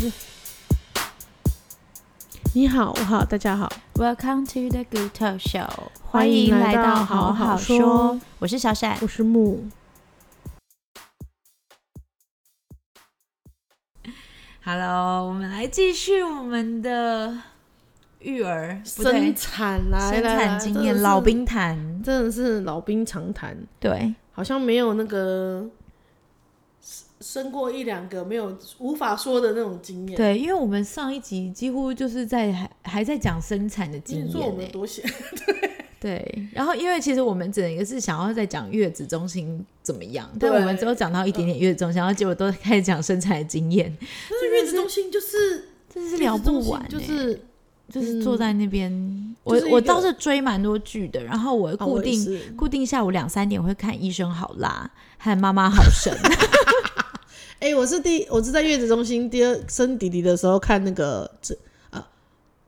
是你好，我好，大家好， Welcome to the Good Talk Show，欢迎来到好好说。我是小闪，我是木。 Hello，我们来继续我们的育儿不对生产来生产经验老，兵谈。来来真的是真的是老兵常谈，对，好像没有那个生生过一两个没有无法说的那种经验。对，因为我们上一集几乎就是在还还在讲生产的经你说我验、们欸，多险，对。然后因为其实我们整个是想要在讲月子中心怎么样，对但我们只有讲到一点点月子中心，然后结果都开始讲生产的经验，但是月子中心就是真的是聊不完、欸，就是就是坐在那边，嗯就我是一我个倒是追蛮多剧的，然后我啊固我也定、是固定下午两三点会看《医生好辣》和《妈妈好神》， 哎、我是第我是在月子中心第二生弟弟的时候看那个这啊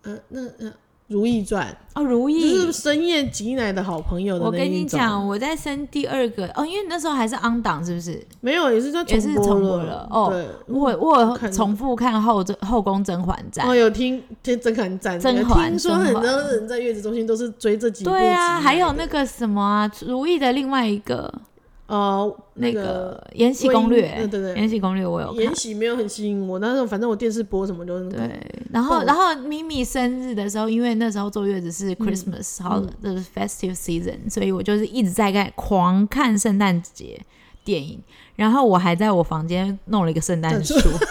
呃那呃《如懿传》，哦，《如就懿》是深夜挤奶的好朋友的我那跟一你种。讲，我在生第二个哦，因为那时候还是 on 档，是不是？没有也是在也是播重播了了哦对，我我有看重复看后后宫甄嬛传哦，有听听真很赞，甄嬛听说甄很嬛多人在月子中心都是追这几部。对啊，还有那个什么啊，《如懿》的另外一个哦那个个《延禧魏攻璎略嗯》，对对延禧攻略》我有看延。禧没有很吸引我，但是反正我电视播什么就是那个对，然后然后咪咪生日的时候，因为那时候坐月子嗯是 Christmas，好、就是 festive season，所以我就是一直在看狂看圣诞节电影，然后我还在我房间弄了一个圣诞树。我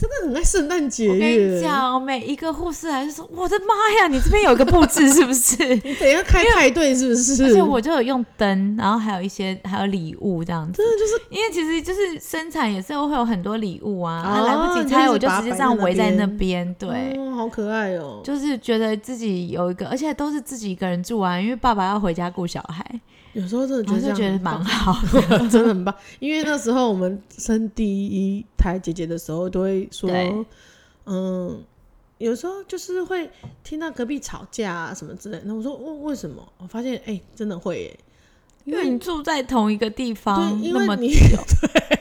真的很爱圣诞节跟你耶。讲，每一个护士还是说：“我的妈呀，你这边有一个布置是不是你等一下开派 对是不？”是？而且我就有用灯，然后还有一些还有礼物这样子。真的就是因为其实就是生产也是会有很多礼物啊，哦啊来不及你就一拆，直我就把它直接摆这在样那围在那边边。对，哦，好可爱哦。就是觉得自己有一个，而且都是自己一个人住啊，因为爸爸要回家顾小孩，有时候真的觉我得这就样哦觉得很棒蛮好的。 真的很棒。因为那时候我们生第一胎姐姐的时候，都会说对，嗯，有时候就是会听到隔壁吵架啊什么之类的。那我说，为为什么？我发现，哎、真的会耶、因为你住在同一个地方对，因那么为你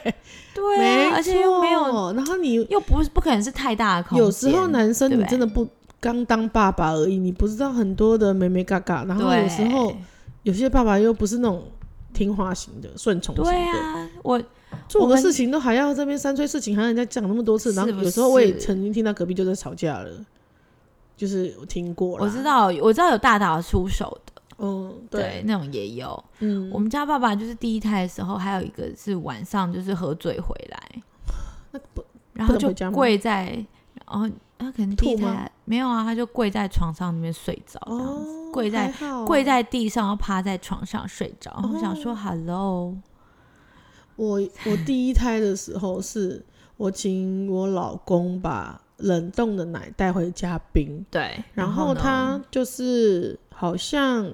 对没啊，而且又没有，错然后你又不是不可能是太大的空间。有时候男生对不你对真的不刚当爸爸而已，你不知道很多的美美嘎嘎。然后对有时候有些爸爸又不是那种听话型的、顺从型的，对啊，我做我个们事情都还要这边三催四请，还要人家讲那么多次，是然后不有时候我也是曾经听到隔壁就在吵架了，就是我听过啦我知，道我知道有大打出手的，嗯，对对，那种也有。嗯，我们家爸爸就是第一胎的时候，还有一个是晚上就是喝醉回来，那不然后不能就回家吗跪在，然后他可能第一吐吗胎没有啊，他就跪在床上那边睡着这样子。哦，跪在还好跪，在地上，然后趴在床上睡着。哦我想说，Hello，我我第一胎的时候是我请我老公把冷冻的奶带回家冰，对，然后呢他就是好像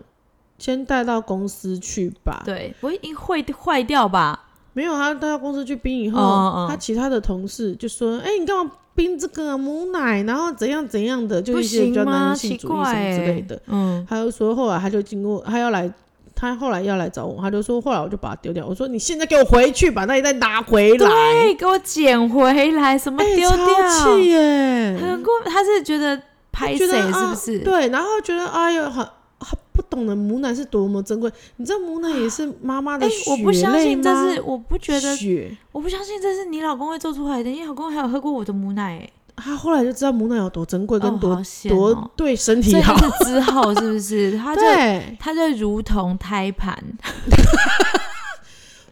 先带到公司去吧，对我已经会坏掉吧？没有，他带到公司去冰以后，哦哦他其他的同事就说：“哎、你干嘛冰这个啊母奶？然后怎样怎样的，就不一些比较行吗？男性奇主义什怪、么欸，之类的。嗯，他就说后来他就经过，他要来，他后来要来找我，他就说后来我就把它丢掉。我说你现在给我回去，把那一袋拿回来。对，给我捡回来，什么哎、丢超气掉？耶、很过，他是觉得拍觉得谁是啊不是？对，然后觉得哎呦，很很不懂得母奶是多么珍贵。你知道母奶也是妈妈的哎、血我不相泪信这吗是，我不觉得，血。我不相信这是你老公会做出来的。你老公还有喝过我的母奶、欸，他后来就知道母奶有多珍贵，跟哦多好险多哦对身所体以好他。是之后是 不是？他就对，他就如同胎盘，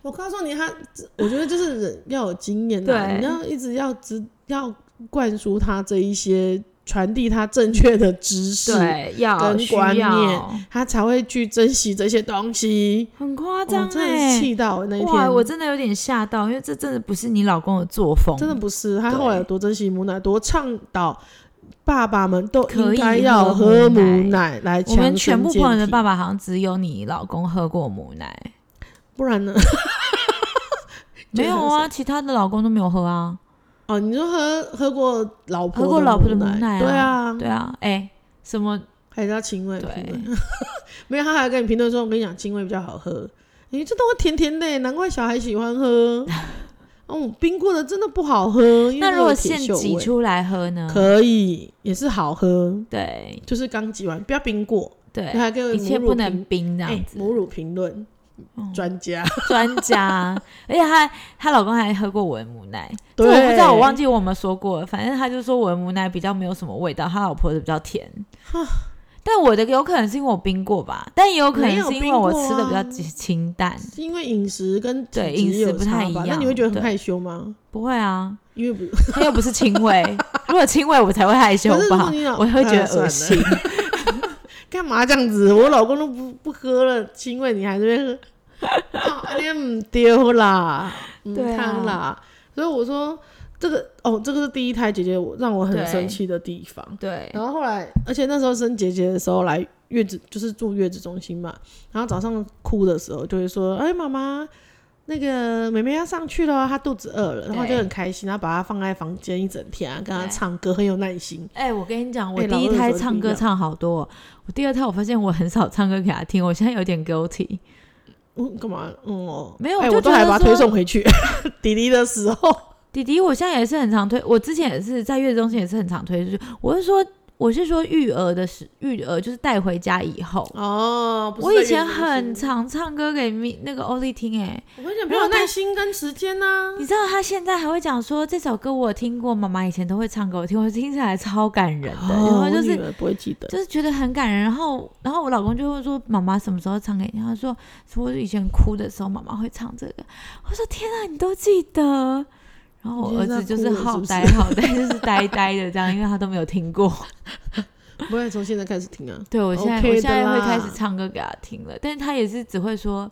我告诉你，他我觉得就是人要有经验的、对你要一直要知要灌输他这一些，传递他正确的知识，对，要跟需观念要。他才会去珍惜这些东西。很夸我张真的是哎、气到欸我那一哇，天，我真的有点吓到，因为这真的不是你老公的作风，真的不是他后来对有多珍惜母奶，多倡导爸爸们都应可以该要喝喝母母奶来我强们全身部健朋友的体爸爸好像只有你老公喝过母 奶，不然呢？ 没有啊，其他的老公都没有喝啊。哦，你就喝喝过老婆喝过老婆的母奶啊对啊，对啊，哎、什么？还是要亲喂对评论，没有他还跟你评 论说，我跟你讲亲喂比较好喝，你这都会甜甜的，难怪小孩喜欢喝。嗯，冰过的真的不好喝。因为那如有果铁现锈挤味出来喝呢？可以，也是好喝，对就是刚挤完，不要冰过。你对，还跟一母切乳评不能冰这哎、样子。哦母乳评论专家，专 家，而且她她老公还喝过我的母奶， 这对，我不知道，我忘记我们说过了，反正他就说我的母奶比较没有什么味道，他老婆的比较甜。但我的有可能是因为我冰过吧，但也有可能是因为我吃的比较啊清清淡，是因为饮食跟体对质饮也食有不差吧太一那你样会觉得很对害羞吗？不会啊，因为不， 他又不是亲喂， 如果亲喂我才会害羞可是如吧果你，老我会觉 哎得算了恶心。干嘛这样子？我老公都不不喝了，因为你还在 那边喝，啊你唔丢啦，唔对啊汤啦。所以我说这个哦，这个是第一胎姐姐我让我很对生气的地方。对，然后后来，而且那时候生姐姐的时候来月子，就是住月子中心嘛。然后早上哭的时候就会说：“哎、妈妈，那个妹妹要上去了，她肚子饿了。”然后对就很开心，然后把她放在房间一整天、啊，跟她对唱歌，很有耐心。哎、我跟你讲，我哎第一老二的时候胎就唱不一歌样唱好多哦、我第二胎我发现我很少唱歌给他听，我现在有点 guilty。嗯，干嘛？嗯哦，没有哎我就我都觉还得把她推说送回去。 弟弟的时候， 弟弟，我现在也是很常推，我之前也是在月子中心也是很常推出去。我是说，我是说育儿的时育儿就是带回家以后，哦，不我是以在月前子中很心，常唱歌给咪那个欧丽听、欸，我跟你讲，没然后有她耐心跟时间啊 呢、你知道他现在还会讲说这首歌我有听过，妈妈以前都会唱给我听，我听起来超感人的，然后哦我就是女儿不会记得，就是觉得很感人。然后，然后我老公就会说：“妈妈什么时候唱给你？”他说：“我以前哭的时候，妈妈会唱这个。”我说：“天啊，你都记得。”然后我儿子就是好呆好呆， 就是呆呆的这样，因为他都没有听过。不会从现在开始听啊。 对我现在 OK 我现在的啦会开始唱歌给他听了，但是他也是只会说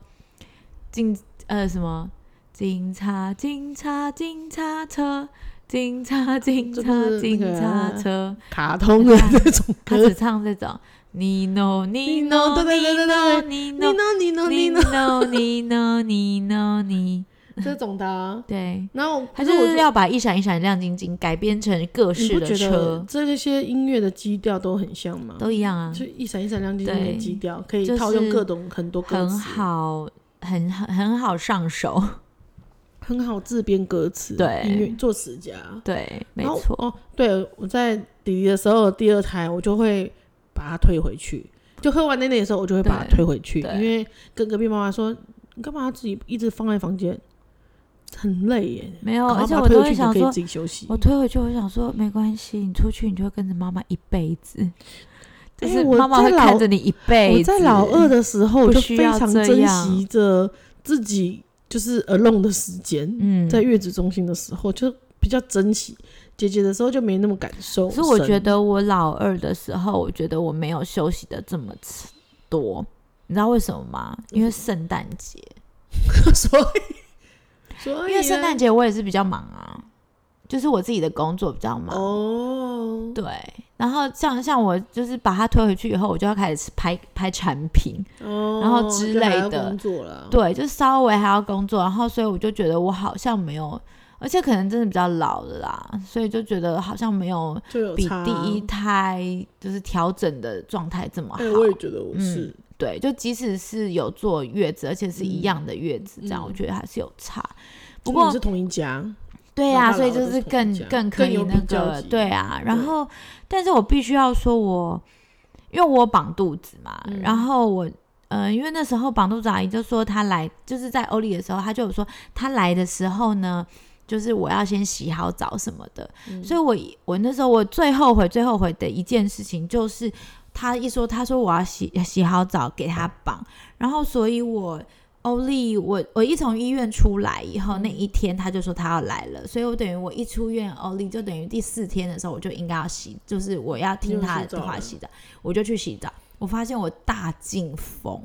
警呃什么警察警察警察车警察警这察不是那警个察车，卡通的那种啊 他歌只，唱这种你 know 你 Nino， know 对对对对对你 know 你呢你呢你你呢 know 你 know 你 know 你，这种的、啊。对，然后他可就我是要把一闪一闪亮晶晶改编成各你式不的觉得车，这些音乐的基调都很像吗？都一样啊，就一闪一闪亮晶晶的对基调，可以就是套用各种很多歌词，很好，很很好上手，很好自编歌词，对音乐作词家，对，没然后错，哦。对，我在弟弟的时候，第二胎我就会把他推回去，就喝完奶奶的时候，我就会把他对推回去，对因为跟隔壁妈妈说，你干嘛自己一直放在房间，很累耶。没有，赶快哦而且把他我推都回去，会你想可以说自，己休息。我推回去，我想说没关系，你出去你就会跟着妈妈一辈子，就哎是我妈妈在会老看着你一辈子。我在老二的时候不就需非要常这珍样惜着自己就是 alone 的时间，嗯，在月子中心的时候就比较珍惜，姐姐的时候就没那么感受深。所以我觉得我老二的时候，我觉得我没有休息的这么多，你知道为什么吗？因为圣诞节， 所以所以因为圣诞呢节我也是比较忙啊，就是我自己的工作比较忙。哦，对，然后像像我就是把它推回去以后，我就要开始拍拍产品，哦然后之就还类要的工作了，对，就稍微还要工作，然后所以我就觉得我好像没有，而且可能真的比较老了啦，所以就觉得好像没有就有比差第一。胎就是调整的状态这么好。嗯哎，我也觉得我是，对，就即使是有坐月子，而且是一样的月子，这样嗯我觉得还是有差。不因为你过是，同一家，对老呀、大所以老二就都是是同更一家更可更以有那比较个，级对啊。然对后，但是我必须要说我，因为我绑肚子嘛，嗯然后我。呃，因为那时候绑肚子阿姨就说她来就是在欧丽的时候，她就有说她来的时候呢，就是我要先洗好澡什么的，所以我我那时候我最后悔最后悔的一件事情就是，他一说他说我要洗洗好澡给他绑，然后所以我欧丽我我一从医院出来以嗯后、那一天他就说他要来了，所以我等于我一出院欧丽就等于第四天的时候我就应该要洗，就是我要听你有他洗澡的话了洗澡，我就去洗澡。我发现我大进风，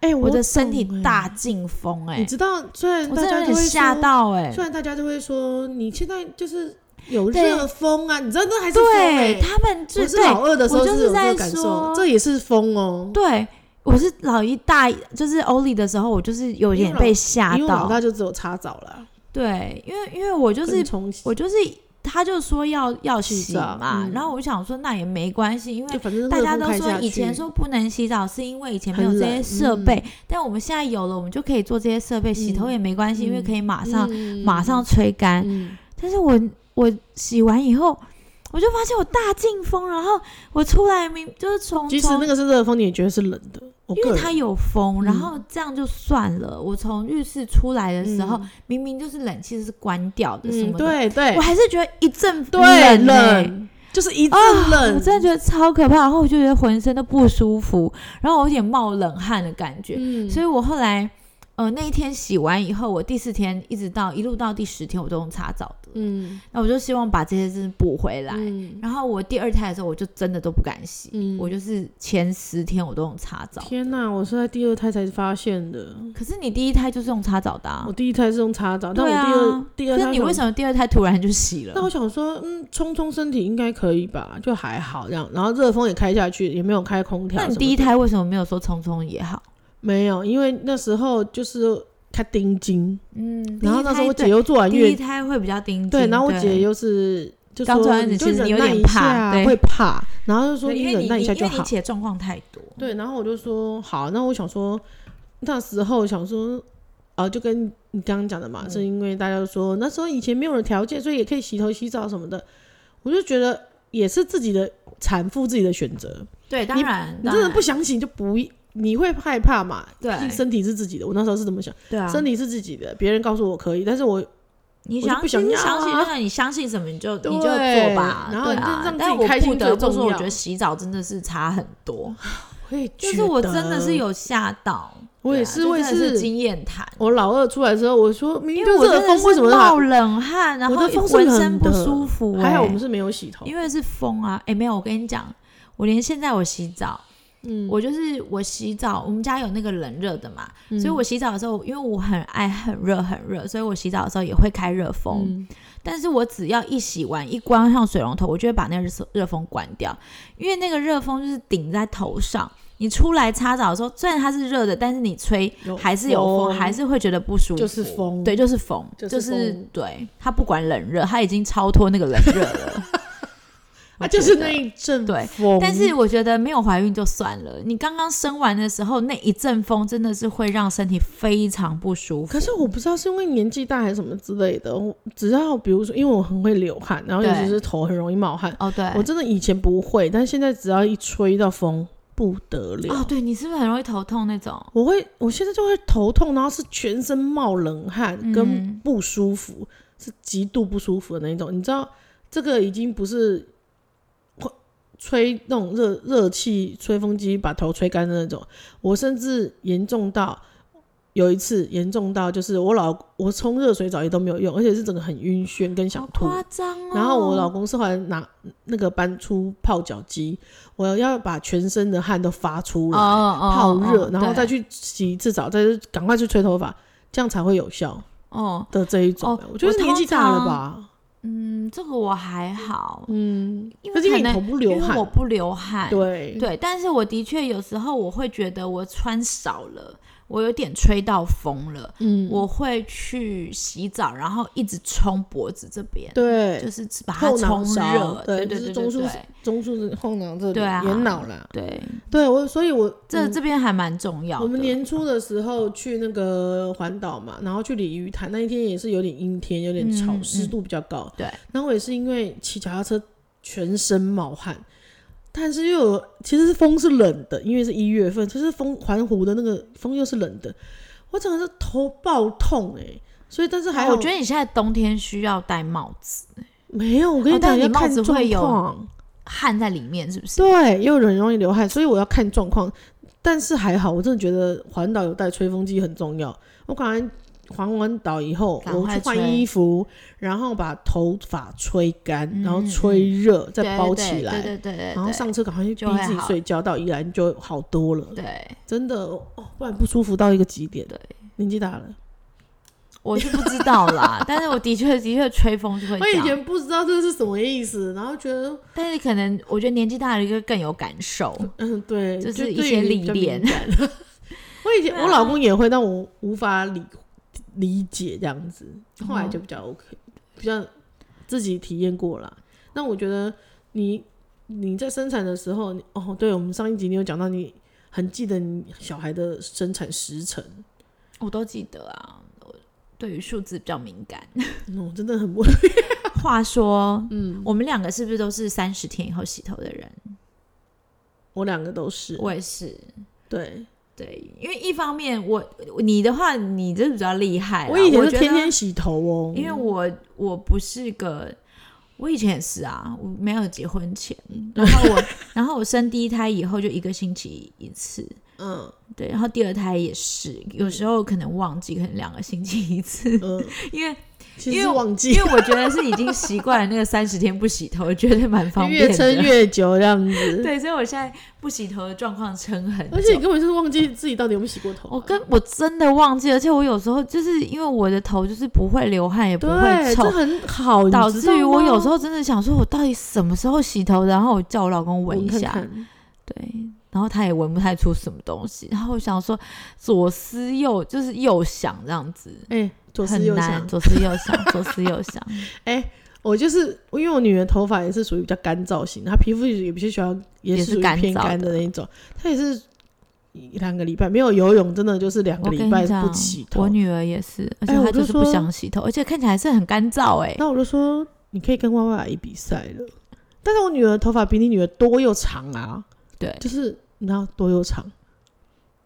哎，我的懂身体哎大进风、你哎，知道，虽然我大家真的有都点会吓说到、哎，虽然大家都会说你现在就是有对热风啊，你知道那还是风对欸他们我就是对老二的时候我就是有这在个感受说，这也是风哦。对，我是老一大，就是欧丽的时候，我就是有因点为老被吓因为老到。大就只有擦澡了，对，因为因为我就就是从我就是他他就说要要洗洗澡嘛，嗯然后我就想说那也没关系，因为就反正大家热敷都开说下以前去说不能洗澡，是因为以前没有很这冷些设备，但我们现在有了，我们就可以做这些设备，洗头也没关系，因为可以马上、嗯马上吹干。嗯但是我我洗完以后，我就发现我大进风，然后我出来明就是从即使从那个是热风，你也觉得是冷的。我因个为人它有风，嗯然后这样就算了。我从浴室出来的时候，嗯明明就是冷气是关掉的什嗯，么的，对对我还是觉得一阵对冷欸冷，就是一阵啊冷，我真的觉得超可怕，然后我就觉得浑身都不舒服，然后我有点冒冷汗的感觉，嗯所以我后来，呃，那一天洗完以后，我第四天一直到一路到第十天，我都用擦澡的，嗯那我就希望把这些事补回来。嗯然后我第二胎的时候，我就真的都不敢洗，嗯我就是前十天我都用擦澡，天哪，我是在第二胎才发现的。可是你第一胎就是用擦澡的、啊我，第一胎是用擦澡，但我对第二、啊，第可二是胎你为么？什么第二胎突然就洗那我了？想说，嗯，冲冲身体应该可以吧，就还好这样。然后热风也开下去，也没有开空调那什么的。你第一胎为什么没有说冲冲也好？没有？因为那时候就是开丁金，嗯，然后那时候我第一胎姐又做完对第月一胎会比较盯紧，对，然后我姐又是就刚说做完你子就其实你忍有耐点一怕下对会怕，然后就说对因为忍你耐一你下就因为好你。姐状况太多，对，然后我就说好，那我想说那时候想说，呃，就跟你刚刚讲的嘛，嗯是因为大家都说那时候以前没有人条件，所以也可以洗头洗澡什么的，我就觉得也是自己的产妇自己的选择，对，当然，你真的当不然想洗就不一。你会害怕嘛？对毕竟身体是自己的。我那时候是这么想，对啊，身体是自己的，别人告诉我可以，但是我你我就想不想你要啊相信那个你相信什么你就对你就做吧，然后对就让自啊己，但我开心不得最重不说，我要觉得洗澡真的是差很多，会觉就得，是我真的是，有吓到，我也对啊是这我也真的是经验谈。我老二出来之后，我说明明因就为我热真的风，为是什么冒冷汗，然我后的风是浑身冷不的舒服、还好我欸们是没有洗头，因为是风啊，哎、没有，我跟你讲，我连现在我洗澡，嗯我就是我洗澡，我们家有那个冷热的嘛，嗯所以我洗澡的时候，因为我很爱很热很热，所以我洗澡的时候也会开热风，嗯但是我只要一洗完一关上水龙头，我就会把那个热热风关掉，因为那个热风就是顶在头上。你出来擦澡的时候，虽然它是热的，但是你吹有还是有风，风还是会觉得不舒服。就是风对，就是风，就是是风对。它不管冷热，它已经超脱那个冷热了。我啊，就是觉得那一阵对风，但是我觉得没有怀孕就算了，你刚刚生完的时候那一阵风真的是会让身体非常不舒服。可是我不知道是因为年纪大还是什么之类的，我只要比如说，因为我很会流汗，然后对尤其是头很容易冒汗，哦，对，我真的以前不会，但现在只要一吹到风，不得了。哦，对你是不是很容易头痛那种？我会，我现在就会头痛，然后是全身冒冷汗嗯跟不舒服，是极度不舒服的那一种。你知道，这个已经不是会吹那种热热气吹风机把头吹干的那种，我甚至严重到有一次严重到就是我老我冲热水澡也都没有用，而且是整个很晕眩跟想好吐。夸张哦！然后我老公是后来拿那个搬出泡脚机，我要把全身的汗都发出哦来。哦哦泡热，哦然后对再去洗一次澡，再去赶快去吹头发，这样才会有效哦，的这一种哦。我觉得我是年纪通大了常吧，嗯，这个我还好，嗯，因可为是因为可你能头不因流为我汗，不流汗，对，哎对，但是我的确有时候我会觉得我穿少了，我有点吹到风了，嗯，我会去洗澡，然后一直冲脖子这边，就对是只把它后冲脑勺热，，对就对是对中对枢对中枢的后脑这里对啊眼脑啦，对，对我，所以我这嗯这边还蛮重要的。我们年初的时候去那个环岛嘛，然后去鲤鱼潭那一天也是有点阴天，有点潮嗯，嗯湿度比较高。对，然后我也是因为骑脚踏车全身冒汗，但是又有其实风是冷的，因为是一月份，就是风环湖的那个风又是冷的，我整个是头爆痛哎、所以但是还啊好，我觉得你现在冬天需要戴帽子，没有，我跟哦你但讲，你要帽看子状会有况，汗在里面是不是？对，又很容易流汗，所以我要看状况。但是还好，我真的觉得环岛有带吹风机很重要。我感完环完岛以后，赶我快去换吹衣服，然后把头发吹干，然后嗯嗯吹热，对再包起来，对对对对对对，然后上车赶快去逼就会自己好睡觉，到宜兰就好多了。对，真的哦，不然不舒服到一个极点。对，年纪大了，我是不知道 啦，但是我的确的确吹风就会我以这样，前不知道这是什么意思，然后觉得但是可能我觉得年纪大了一个更有感受，嗯，对，就就是一对些于历比较练敏 感我以前对啊我老公也会，但我无法理理解这样子，后来嗯就比较 OK，比较自己体验过啦。那我觉得你你在生产的时候，你哦，对我们上一集你有讲到，你很记得你小孩的生产时辰，我都记得啊。我对于数字比较敏感。 哦，真的很不话说，嗯，我们两个是不是都是三十天以后洗头的人？ 我两个都是，我也是。对对，因为一方面我你的话，你这比较厉害啦。我以前哎我是觉天得天洗头哦，因为我我不是个，我以前也是啊，我没有结婚前，然后我 然后我生第一胎以后就一个星期一次，嗯对，然后第二胎也是，有时候可能忘记，可能两个星期一次，嗯，因为其实因为是我忘记因为我觉得是已经习惯了那个三十天不洗头，觉得蛮方便越的。撑越久这样子， 对，所以我现在不洗头的状况撑很久，而且你根本就是忘记自己到底有没有洗过头啊、我跟我真的忘记，而且我有时候就是因为我的头就是不会流汗，也不会对，臭这，很好，导致于我有时候候真的想说，我到底什么时候洗头的？然后我叫我老公闻一下，看看对，然后他也闻不太出什么东西。然后我想说，左思右就是右想这样子，哎、左思很右难，想，左思右想，左思 右想。哎、我就是因为我女儿头发也是属于比较干燥型的，她皮肤也比较喜欢，也也是是属于干偏燥干的的那一种，她也是一两个礼拜没有游泳，真的就是两我个跟礼你拜讲不洗，头我。女儿也是，而且哎我她就是不说想洗头，而且看起来还是很干燥哎、那我就说你可以跟 Y Y 阿姨比赛了，但是我女儿头发比你女儿多又长啊，对，就是你知道多又长，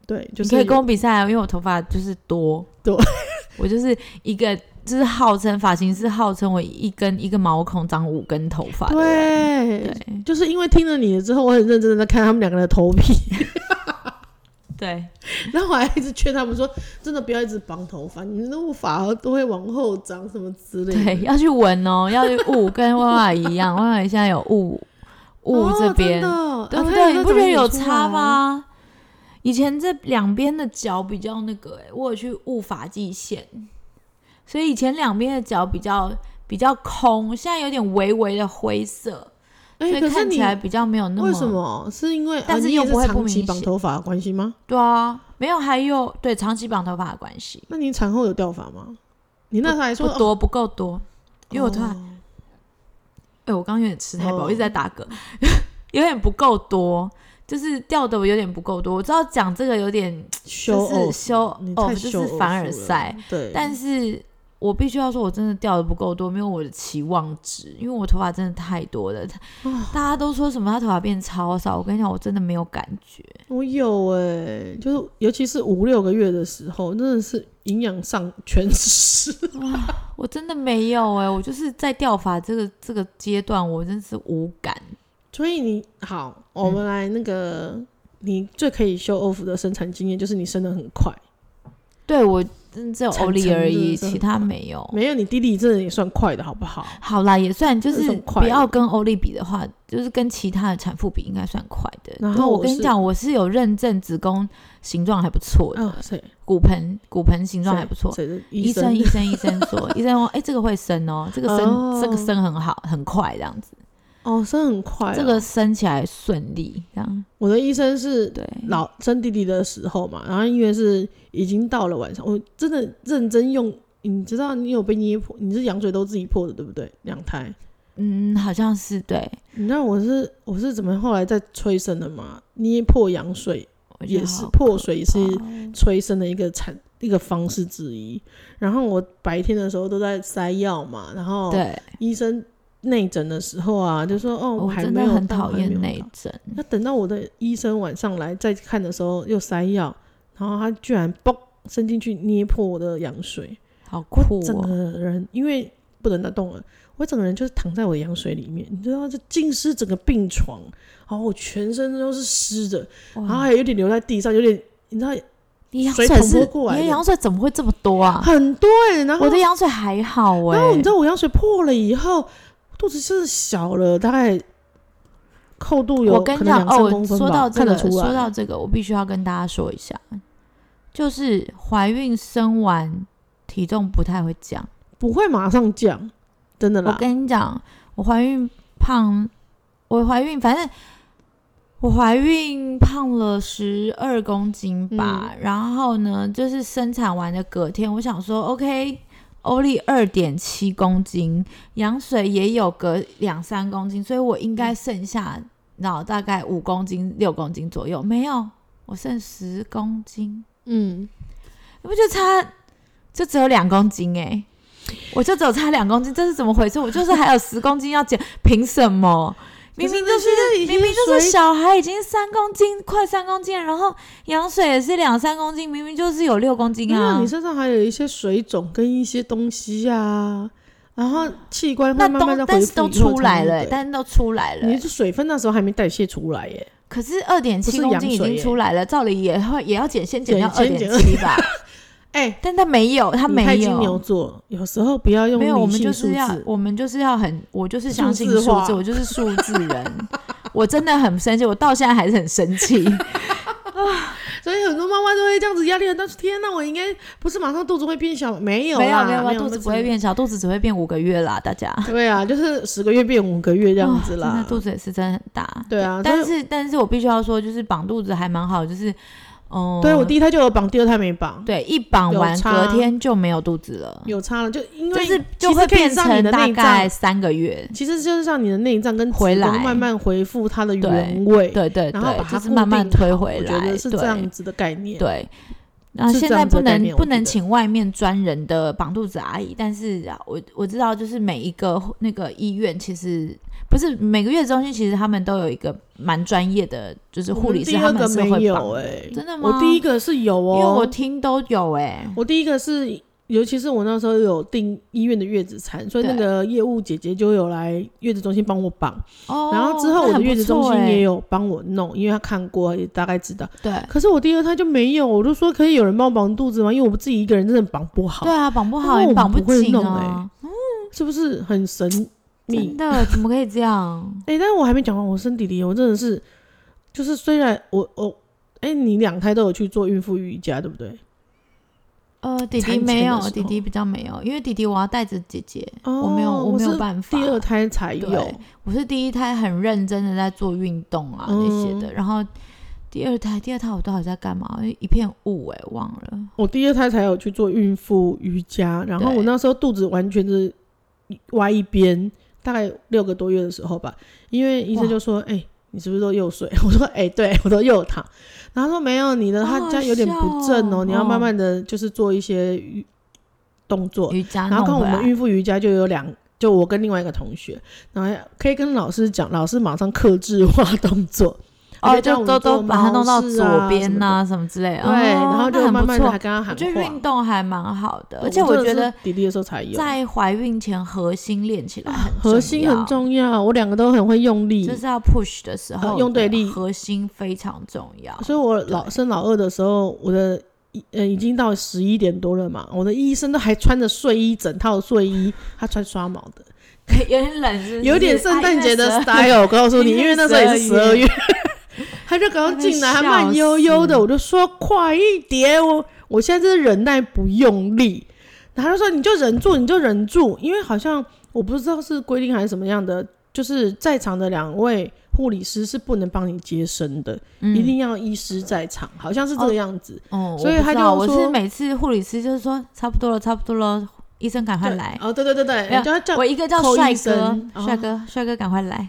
对，就是你可以跟我比赛啊，因为我头发就是多 多，我就是一个就是号称发型师号称我一根一个毛孔长五根头发的人，对。对就是因为听了你的之后，我很认真的在看他们两个的头皮， 对，然后我还一直劝他们说，真的不要一直绑头发，你那发都会往后长什么之类的对，。要去闻 哦，要去雾，跟万万一样，万万现在有雾雾哦这边，真的对不啊它对？有你那不种觉得有出来啊差？吗？以前这两边的脚比较那个、欸，我有去雾发际线，所以以前两边的脚比较比较空，现在有点微微的灰色，哎、所可以是看你起来比较没有那么为什。么？是因为啊但是你又也是不会不长期明绑显头发的关系吗？对啊，没有，还有对长期绑头发的关系，那你产后有掉发吗？你那时候还不说哦多不够多，因为我突然哦哎、我刚刚有点吃太饱，哦我一直在打嗝， 有点不够多，就是掉的我有点不够多。我知道讲这个有点修就是偶，修你哦太，就修是偶凡尔术了赛，。对，但是我必须要说，我真的掉的不够多，没有我的期望值，因为我头发真的太多了。他啊大家都说什么他头发变超少，我跟你讲，我真的没有感觉。我有哎、就是尤其是五六个月的时候，真的是营养上全失。 我真的没有哎、我就是在掉发这个这个阶段，我真是无感。所以你好，我嗯们来那个、你最可以 show off 的生产经验，就是你生的很快，对我真的只有产欧丽程真而的已，是很其他没有。没有你弟弟真的也算快的好不好？好啦，也算就这是种快不要的跟欧丽比的话，就是跟其他的产妇比，应该算快的。然对后我我跟你是讲，我是有认证子宫形状还不错的，啊，谁骨盆骨盆形状还不错。谁的医医生医生医生 说，医生说，哎、这个会生哦，这个生、这个哦生很好，很快这样子，哦，生很快哦、这个生起来顺利这样。我的医生是对，老生弟弟的时候嘛，然后因为是已经到了晚上，我真的认真用，你知道你有被捏破，你是羊水都自己破的对不对？两胎，嗯，好像是对，你知道我是我是怎么后来再催生的吗？捏破羊水我觉得也是好破可水是怕哦催生的一个产一个方式之一。然后我白天的时候都在塞药嘛，然后对，医生内诊的时候啊，就说哦，我还真没的有很到讨还没有厌内到诊，那等到我的医生晚上来再看的时候，又塞药，然后他居然嘣伸进去捏破我的羊水，好酷整哦，个人因为不能再动了，我整个人就是躺在我的羊水里面，你知道，这浸湿整个病床，然后我全身都是湿的，然后哇，还有点留在地上，有点你知道你羊啊水水桶是拨过你来的的羊水怎么会这么多啊？很多哎、然后我的羊水还好哎、然后你知道我羊水破了以后，肚子真的小了，大概厚度有我跟可你能讲两三哦公，分吧，说到这看个，得出来。说到这个，我必须要跟大家说一下，就是怀孕生完体重不太会降。不会马上降，真的我啦。跟你讲，我怀孕胖，我怀孕反正我怀孕胖了十二嗯公斤吧。然后呢，就是生产完的隔天，我想说 OK，欧丽二点七公斤，羊水也有个两三公斤，所以我应嗯该剩下脑大概五公斤、六公斤左右。没有，我剩十公斤，嗯，你不就差就只有两公斤哎、我就只有差两公斤，这是怎么回事？我就是还有十公斤要减，凭什么？明明就是是明明就是小孩已经三公斤，快三公斤了，然后羊水也是两三公斤，明明就是有六公斤没啊有，你。身上还有一些水肿跟一些东西呀、然后器官会嗯那慢慢的都恢复但是都以后出来才能了、对但是都出来了、你是水分那时候还没代谢出来耶，可是二点不是七公羊斤已水经耶出来了，照理也会也要减，先减对掉二先点减七 吧。哎、但他没有，他你太没金牛有，座，有时候不要用没有，我理们性就数是要字，，我们就是要很，我就是数相信字数化字，我就是数字人。 我真的很生气，我到现在还是很生气。所以很多妈妈都会这样子压力很大。天哪，我应该不是马上肚子会变小吗？没有 没有啦，没有，没有有肚子不会。变小，肚子只会变五个月啦，大家。那只对啊，就是十个月变五个 月这这样子哦真啦的。肚子也是真的很大。对啊，但所以是但是我必须要说，就是绑肚子还蛮好，就是嗯，对我第一胎就有绑，第二胎没绑，对一绑有完差隔天就没有肚子了。有差了，就因就为是其就实会可以变让你成的大内概脏，三个月。其实就是让你的内脏跟子回宫来慢慢恢复它的对原位，对对然后把对，它就是固慢慢定推回我来，觉得是这样对子的概念。对。那是现这在样子不的概能念我不觉能得请外面专人的绑肚子阿姨，但是啊我我知道，就是每一个那个医院其实不是每个月中心，其实他们都有一个蛮专业的，就是我护们理师第他二们个是没会绑有哎，真的吗？我第一个，个是有因为我哦，听都有哎、我第一个是，尤其是我那时候有订医院的月子餐，所以那对个业务姐姐就有来月子中心帮我绑，哦，然后之后我的月子中心也有，有帮我弄，因为她看过，也大概知道。欸对可是我第二胎就没有，我就说可以有人帮我绑肚子吗？因为我自己一个人真的绑不好对，啊，绑不因好为也我绑不会紧弄欸啊，是不是很神秘真？的怎么可以这样？哎、但是我还没讲完，我生弟哦弟，我真的是，就是虽然我我，哎、你两胎都有去做孕妇瑜伽，对不对？ 呃，弟产弟前没的有，时弟候弟比较没有，因为弟弟我要带着姐姐，哦，我没有，我没有是办法。第二胎才有对，我是第一胎很认真的在做运动啊、嗯那些的，然后第二胎，第二胎我到底在干嘛？一片雾哎、忘了。我第二胎才有去做孕妇瑜伽，然后对我那时候肚子完全是歪一边，大概六个多月的时候吧，因为医生哇就说，哎、你是不是都右水？ 我说，哎、对我都右躺。然后他说没有，你的好他好这样有点不正笑哦，哦你要慢慢的就是做一些瑜动作，瑜伽然后啊弄看我回们来，孕妇瑜伽就有两，就我跟另外一个同学，然后可以跟老师讲，老师马上克制化 动作，而哦，且叫我们就都都做把它弄到猫式啊左边什么呐、什么之类的。哦对，然后就慢慢的还的，跟他我喊觉得运话。动还蛮好的，而且我我真的觉是得弟弟的时候才有，啊在怀孕前核心练起来很核心很要重要，我两个都很会用力就，是要 push 的时候，用对力核心非常重要。所以我老生老二的时候，我的。呃，已经到十一点多了嘛，我的医生都还穿着睡衣，整套睡衣，他穿刷毛的， 有点冷是不是，有点圣诞节的哎因为十二 style，我告 诉你，因为因为那时候也是十二12月， 他就刚进来，他他被慢悠悠的，笑死我就说快一点，我我现在就是忍耐不用力，然后他就说你就忍住，你就忍住，因为好像我不知道是规定还是什么样的，就是在场的两位护理师是不能帮你接生的，嗯一定要医师在场，好像是这个样子，哦，所以我不他知道就我是说每次护理师就是说差不多了，差不多了，医生赶快对来。哦，对对对对，没有你就要叫我一个叫寇帅医哥生，帅哦哥，帅哥赶 快来。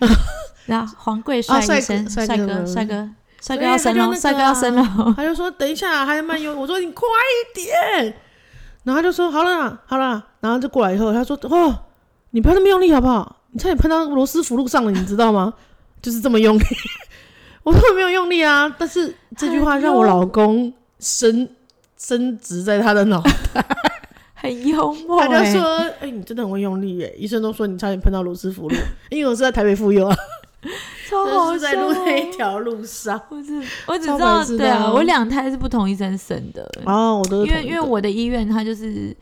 然后黄贵啊帅帅医生，哥帅帅哥哥，帅哥，帅哥所以要他生就了，那帅个哥要啊生哦了。他就说等一下还慢悠，我说你快一点，然后他就说好了啦好了啦，然后就过来以后他说哦，你不要那么用力好不好？你差点喷到罗斯福路上了，你知道吗？就是这么用力，我说我没有用力啊，但是这哎句话让我老公升升值在他的脑， 哎很幽默他就欸，说哎、你真的很会用力耶，医生都说你差点喷到罗斯福路，因为我是在台北妇幼啊，超就好是笑在路那一哦。条路上，我只我只超白知道，痴对的啊，啊我两胎是不同医生生的。哦，我都是因为同一因为个我的医院它就是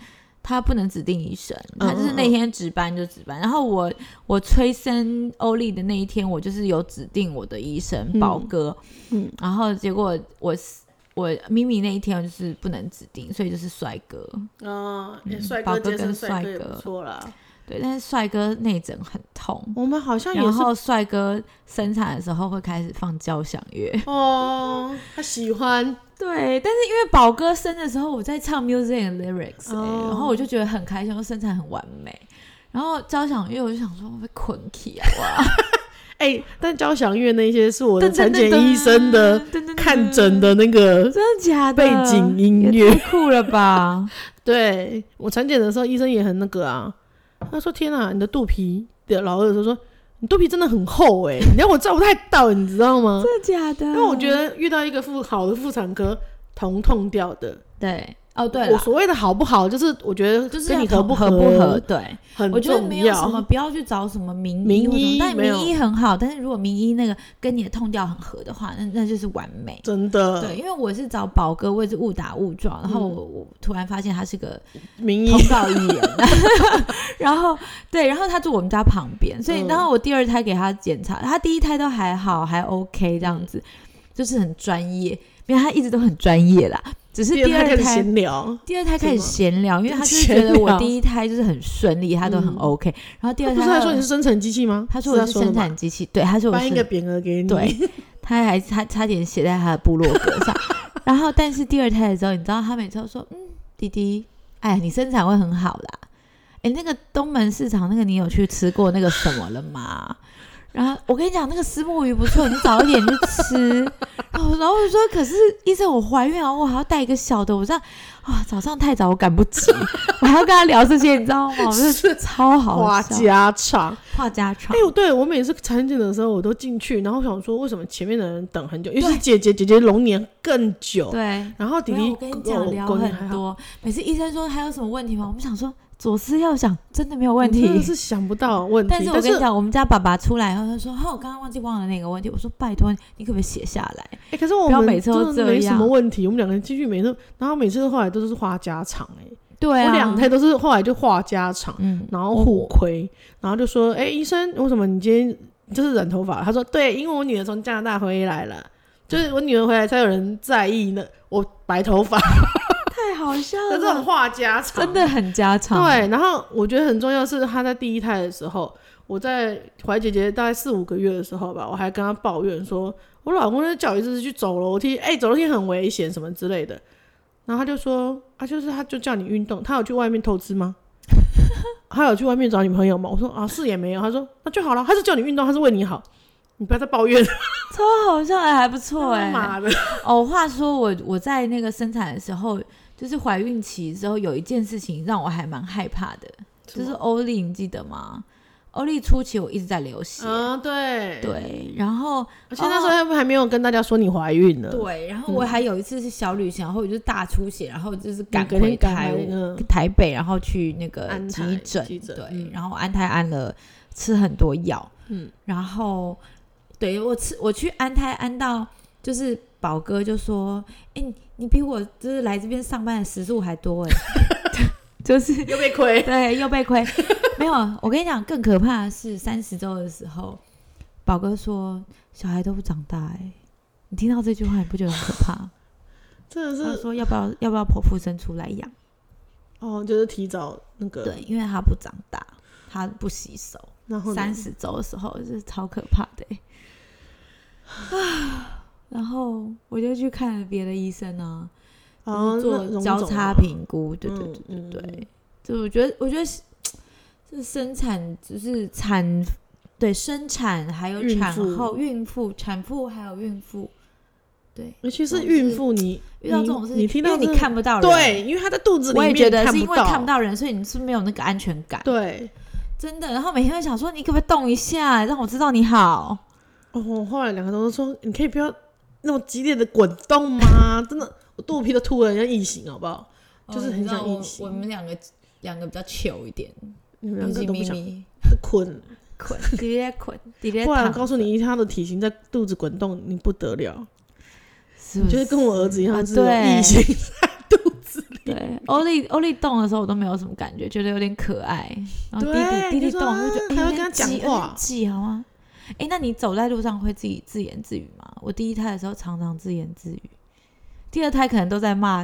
它不能指定医生，嗯它就是那天值班就值班。然后我我催生欧丽的那一天，我就是有指定我的医生嗯宝哥，嗯然后结果我我咪咪那一天我就是不能指定，所以就是帅哥。哦，欸帅、嗯宝哥哥接生跟帅帅哥也哥不错啦。对，但是帅哥内诊很痛。我们好像也然是后帅哥生产的时候会开始放交响乐，哦，他喜欢对，但是因为宝哥生的时候，我在唱 music and lyrics，、欸哦然后我就觉得很开心，我身材很完美。然后交响乐，我就想说我被捆起啊，哎、但交响乐那些是我的噔噔产检噔医生的噔噔噔看诊的那个真的假的背景音也乐。太酷了吧！对我产检的时候，医生也很那个啊，他说：“天啊，你的肚皮的老二的时候说，你肚皮真的很厚哎、 你让我照不太到，你知道吗？真的哦假的？因为我觉得遇到一个妇好的妇产科，疼痛掉的。对哦对我了，所谓的好不好，就是我觉得就是跟要你合不合不合？对，很我觉得重没有什么要。不要去找什么名名医或什么医但没有名医很好，但是如果名医那个跟你的痛调很合的话，那那就是完美。真的，对，因为我是找宝哥，我也是误打误撞，然后嗯我我突然发现他是个名医通告艺人， 然后对，然后他住我们家旁边，所以嗯然后我第二胎给他检查，他第一胎都还好，还 OK 这样子，就是很专业，因为他一直都很专业啦，只是第第二二开始胎闲聊，第二胎开始闲聊，因为他就是觉闲得我聊第一胎就是很顺利，他都很嗯 OK，、然后第他二不胎是还他说你是生产机器吗？他说我他是说的生吧产机器，对，他说我颁是一个匾额给你。 对，他还他差点写在他的部落格上。然后，但是第二胎的时候，你知道他每次都说：“嗯，弟弟，哎，你生产会很好啦。”哎，那个东门市场那个，你有去吃过那个什么了吗？然后我跟你讲，那个石墨鱼不错，你早一点去吃。然后然后我就说，可是医生，我怀孕啊，我还要带一个小的，我这样啊，早上太早我赶不及，我还要跟他聊这些，你知道吗？我就是 超好话笑，家常。话家常哎。呦，对我每次产检的时候，我都进去，然后想说为什么前面的人等很久，尤其是姐姐，姐姐龙年更久。对，然后弟没弟有我跟你狗讲，聊狗年还很好多。每次医生说还有什么问题吗？我们想说左思右想，真的没有问我真的题。是想不到问题。但但是我跟你讲，我们家爸爸出来以后，他说：“哦，我刚刚忘记忘了那个问题。”我说：“拜托，你可不可以写下来哎、可是我不要们每次都真的这没什样么问题，我们两个人进去每次，然后每次后来都是话家常、哎、？”对啊，我两 胎都是后来就话家常，嗯，然后互亏，然后就说，哎、医生，为什么你今天就是染头发？他说，对，因为我女儿从加拿大回来了。就是我女儿回来才有人在意呢，我白头 发，太好笑这种了，话家常，真的很家常。对，然后我觉得很重要是她在第一胎的时候，我在怀姐姐大概四五个月的时候吧，我还跟她抱怨说，我老公就叫我一直去走楼梯，哎、走楼梯很危险什么之类的。然后她就说，啊，就是她就叫你运动，她有去外面偷吃吗？她有去外面找女朋友吗？我说啊，是也没有。她说那就好了，她是叫你运动，她是为你好，你不要再抱 怨了。超好笑，哎，还不错哎。妈的，哦，话说我我在那个生产的时候，就是怀孕期之后，有一件事情让我还蛮害怕的，什就么是欧丽，你记得吗？欧丽初期我一直在流血，嗯，对，对，然后而且那时候还还没有跟大家说你怀孕呢，对，然后我还有一次是小旅行，然后我就大出血，然后就是嗯你赶隔天回赶台来嗯台北，然后去那个安急泰诊，急诊对嗯，然后安胎安了，吃很多药，嗯，然后对我吃我去安胎安到就是宝哥就说，哎、你你比我就是来这边上班的时数还多哎， 就是又被亏。 对，又被亏。没有，啊我跟你讲，更可怕的是三十周的时候，宝哥说小孩都不长大、哎，你听到这句话，你不觉得很可 怕？真的他是说要不要要不要剖腹生出来养？哦，就是提早那个，对，因为他不长大，他不洗手，然后呢三十周的时候是超可怕的、哎 然后我就去看了别的医生啊，哦就是做交叉，评估，对对对对嗯对，就我觉得，我觉得是这生产就是产对生产还有孕产妇后孕妇、产妇还有孕妇，对，尤其是孕妇，你遇到这种事情，你你听到因为这你看不到人，，啊对，因为她在肚子里我也面觉得是因为看不不，到人，所以你是没有那个安全感，对。真的。然后每天会想说，你可不可以动一下，让我知道你好？哦，我后来两个都说，你可以不要那么激烈的滚动吗？ 真的，我肚皮都凸了，像异形，好不好？ 就是哦很想一起我们两个两个比较糗一点，你们尤两个其都不咪想 咪捆，捆，直接捆，直接不然躺我告诉你，她的体型在肚子滚动，你不得了，是你不就是是跟我儿子一啊样，是有对异形。对，欧丽欧丽动的时候我都没有什么感觉，觉得有点可爱。然后弟对弟弟弟就说动我就觉啊得，还哎、会跟有他点讲挤，有话点挤，好吗？哎、那你走在路上会自己自言自语吗？我第一胎的时候常常自言自语，第二胎可能都在骂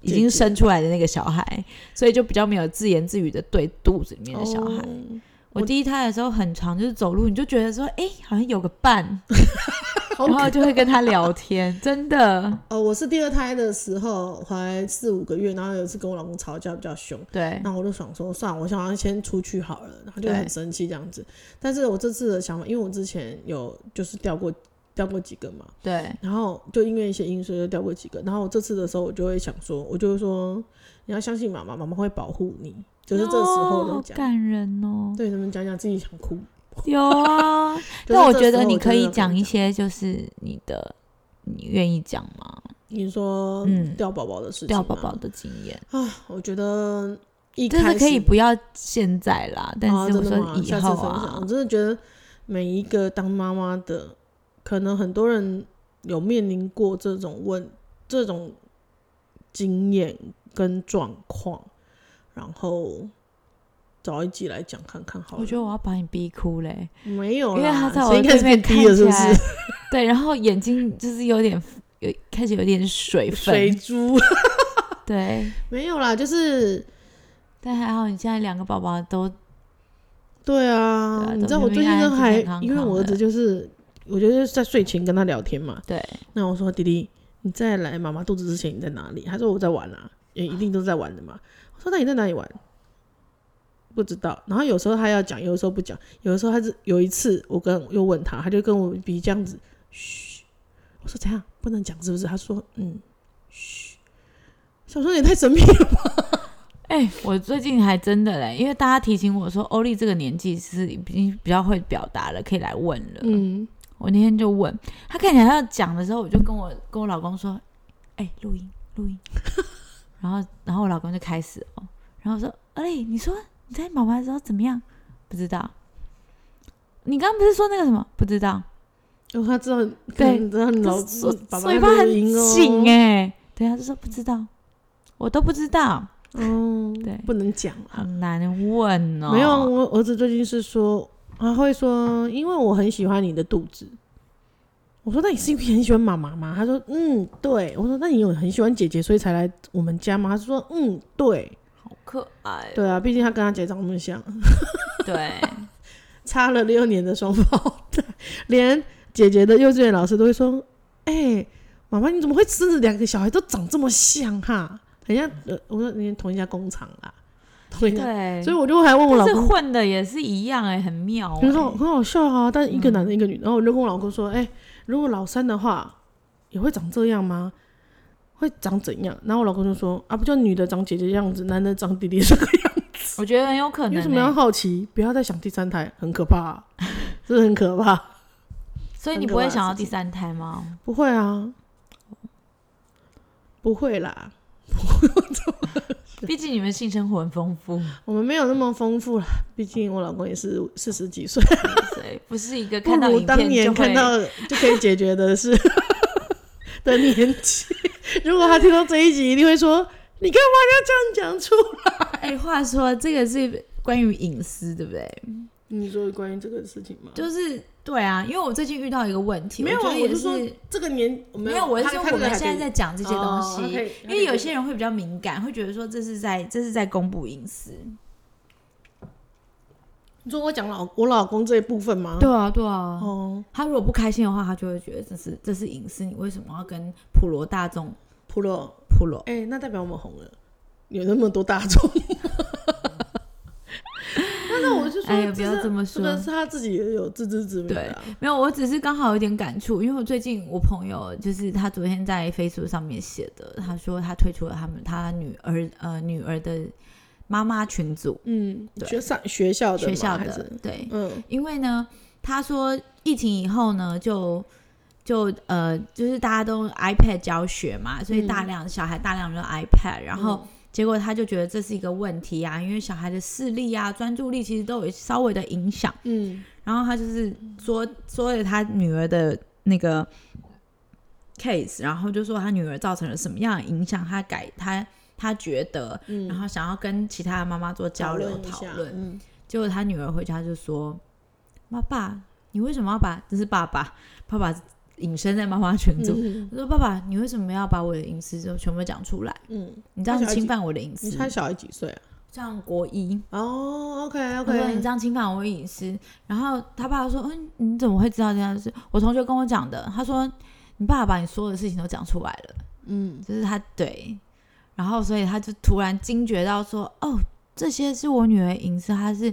已姐经姐生出来的那个小孩，所以就比较没有自言自语的对肚子里面的小孩。哦我第一胎的时候很长，就是走路你就觉得说，哎、好像有个伴， 好然后可就会跟他 聊天，真的，哦，我是第二胎的时候怀四五个月，然后有一次跟我老公吵架比较凶，对，那我就想说，算了，我想要先出去好了，然后就对很生气这样子。但是我这次的想法，因为我之前有就是掉过掉过几个嘛，对，然后就因为一些因素就掉过几个，然后我这次的时候我就会想说，我就会说你要相信妈妈，妈妈会保护你，就是这时候哦呢好讲，感人哦，对他们讲讲自己想哭。 有啊， 就是那我这觉时得候你我可就以会讲一讲些，就是你的，你愿意讲吗？你说嗯掉宝宝的事情，掉宝宝的经验，啊，我觉得一就开是始可以不要现在啦，但啊是我真的说吗以下次后分享啊我，真的觉得每一个当妈妈的，可能很多人有面临过这种问这种经验跟状况，然后找一集来讲看看好了。我觉得我要把你逼哭嘞，没有哦因啦，为他在我谁应该对是面被看逼的，起是不 来是？，对，然后眼睛就是有点有开始有点水水分，珠对， 没有啦，就是但还好你现在两个宝宝都对啊，对啊你都知道我平最平近安都安还健健康因为康我儿子的就是，我就是在睡前跟他聊天嘛， 对，那我说弟弟，你在来妈妈肚子之前你在哪里？他说我在玩啊，也一定都在玩的嘛。我说那你在哪里玩？不知道。然后有时候他要讲，有时候不讲，有的时候他是有一次我跟又问他，他就跟我比这样子，嘘，我说怎样不能讲是不是？他说嗯，嘘。小说也太神秘 了，哎、我最近还真的嘞，因为大家提醒我说，欧丽这个年纪是已经比较会表达了，可以来问了。嗯，我那天就问他，看起来他要讲的时候，我就跟我跟我老公说：“哎、录音，录音。”然后，然后我老公就开始哦，然后我说：“哎、你说你在妈妈的时候怎么样？不知道。你刚刚不是说那个什么？不知道。因为他知道，对你知道你老就是爸爸嘴在巴很录音哦紧哎、对，他就说不知道，我都不知道，哦，对不能讲啊。很难问哦。没有，啊我儿子最近是说，他会说，因为我很喜欢你的肚子。我说，那你是因为很喜欢妈妈吗？他说，嗯，对。我说，那你有很喜欢姐姐，所以才来我们家吗？他说，嗯，对，好可爱哦，对啊，毕竟他跟他姐长那么像， 对。差了六年的双胞胎，连姐姐的幼稚园老师都会说，哎、妈妈，你怎么会生的两个小孩都长这么像哈？很像，呃，我说你们同一家工厂啦，同一家，对，所以我就还问我老但是公，混的也是一样哎、很妙、欸，很好，很好笑啊！但一个男的，一个女的。然后我就跟我老公说：“哎、如果老三的话，也会长这样吗？会长怎样？”然后我老公就说：“啊，不就女的长姐姐样子，男的长弟 弟这个样子，我觉得很有可能、有什么要欸。好奇？不要再想第三胎，很可怕、啊真的很可怕。所以你很可不会怕的想要事第情三胎吗？不会啊，不会啦，毕竟你们性生活很丰富， 我们没有那么丰富啦。毕竟我老公也是四十几岁，所以不是一个不看到如影当片就年会看 到就可以解决的事的年纪。如果他听到这一集，一定会说：“你干嘛要这样讲出哎、话说这个是关于隐私，对不对？？”你说关于这个事情吗？就是对啊，因为我最近遇到一个问题，没有我啊，觉得我也就说是。这个年没有，我是说我们现在在讲这这些东哦西，因为有些人会比较敏感，会觉得说这是在这是在公布隐私。你说我讲老我老公这一部分吗？对啊，对啊。哦，他如果不开心的话，他就会觉得这是这是隐私，你为什么要跟普罗大众普罗，普罗？哎、那代表我们红了，有那么多大众。 那那我就说，哎呀不要是这么说这个是他自己也有自知之明的啊、没有，我只是刚好有点感触，因为我最近我朋友就是他昨天在 Facebook 上面写的，他说他退出了他们他女儿呃女儿的妈妈群组嗯，对学上学校的吗学校还的是对，嗯因为呢，他说疫情以后呢，就就呃，就是大家都用 iPad 教学嘛，所以大量、小孩大量用 iPad，然后嗯结果他就觉得这是一个问题啊，因为小孩的视力啊、专注力其实都有稍微的影响。嗯然后他就是说说了他女儿的那个 case，然后就说他女儿造成了什么样的影响，他改他他觉得，嗯，然后想要跟其他的妈妈做交流一讨下论。嗯，结果他女儿回家就说：“妈爸，你为什么要把这是爸爸，爸爸隐身在妈妈群组？”嗯我说：“爸爸，你为什么要把我的隐私就全部讲出来？嗯，你这样他小孩侵几犯我的隐你私。猜小孩几岁啊？”上国一。哦，OK 我说你 OK，这样侵犯我的隐私，然后他爸说，嗯，你怎么会知道这件事？我同学跟我讲的，他说你爸爸把你所有的事情都讲出来了，嗯，就是他对，然后所以他就突然惊觉到说，哦，这些是我女儿隐私，他是，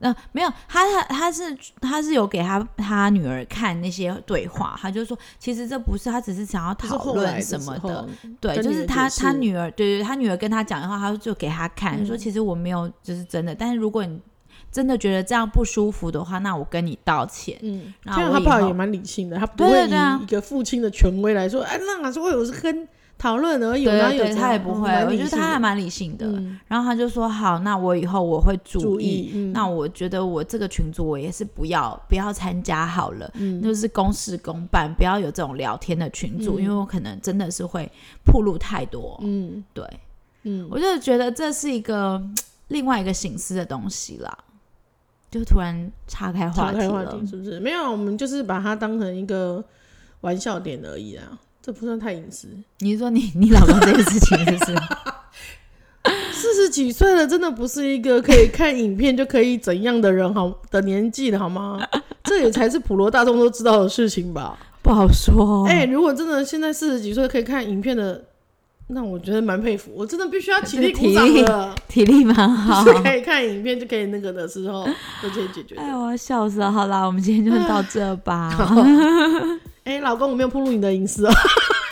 呃，没有，他他他是他是有给他他女儿看那些对话，他就说其实这不是，他只是想要就是讨后来论什么时的候，，对，跟就女是儿他解他释女儿，对对，他女儿跟他讲的话，他就给他看，说嗯其实我没有就是真的，但是如果你真的觉得这样不舒服的话，那我跟你道歉。嗯，这那样我他以爸后也蛮理性的，他不对会对对啊以一个父亲的权威来说，哎，那哪是我有是跟讨论而已，对哪对有对，这他也样不嗯会，蛮我理觉得性他还的蛮理性的。嗯然后他就说好，那我以后我会注注意，嗯那我觉得我这个群组我也是不要不要参加好了，就是公事公办，不要有这种聊天的群组，嗯因为我可能真的是会暴露太多。嗯对，嗯，我就觉得这是一个另外一个醒思的东西啦，就突然岔开岔话题开话了。题是不是？没有，我们就是把它当成一个玩笑点而已啊，这不算太隐私。你是说你你老公这件事情是不 是？四十几岁了，真的不是一个可以看影片就可以怎样的人好的年纪了，好吗？这也才是普罗大众都知道的事情吧。不好说。哦哎、如果真的现在四十几岁可以看影片的，那我觉得蛮佩服。我真的必须要起立鼓掌了，体力蛮 好就。是可以看影片就可以那个的时候就可以解决的。哎，哎、我要笑死了。好啦，我们今天就到这吧。 哎老公，我没有暴露你的隐私哦，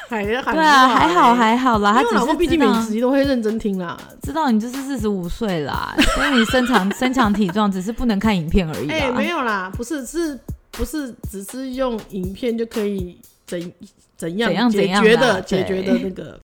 还还对啊，好还好欸还好啦。他因为只我老是公毕知竟道每集都会认真听啦。知道你就是四十五岁啦，所以你身强 身强体壮，只是不能看影片而已啦。啊哎、没有啦，不是，是不是只是用影片就可以怎怎样怎样解怎样决啦的解决的对那个？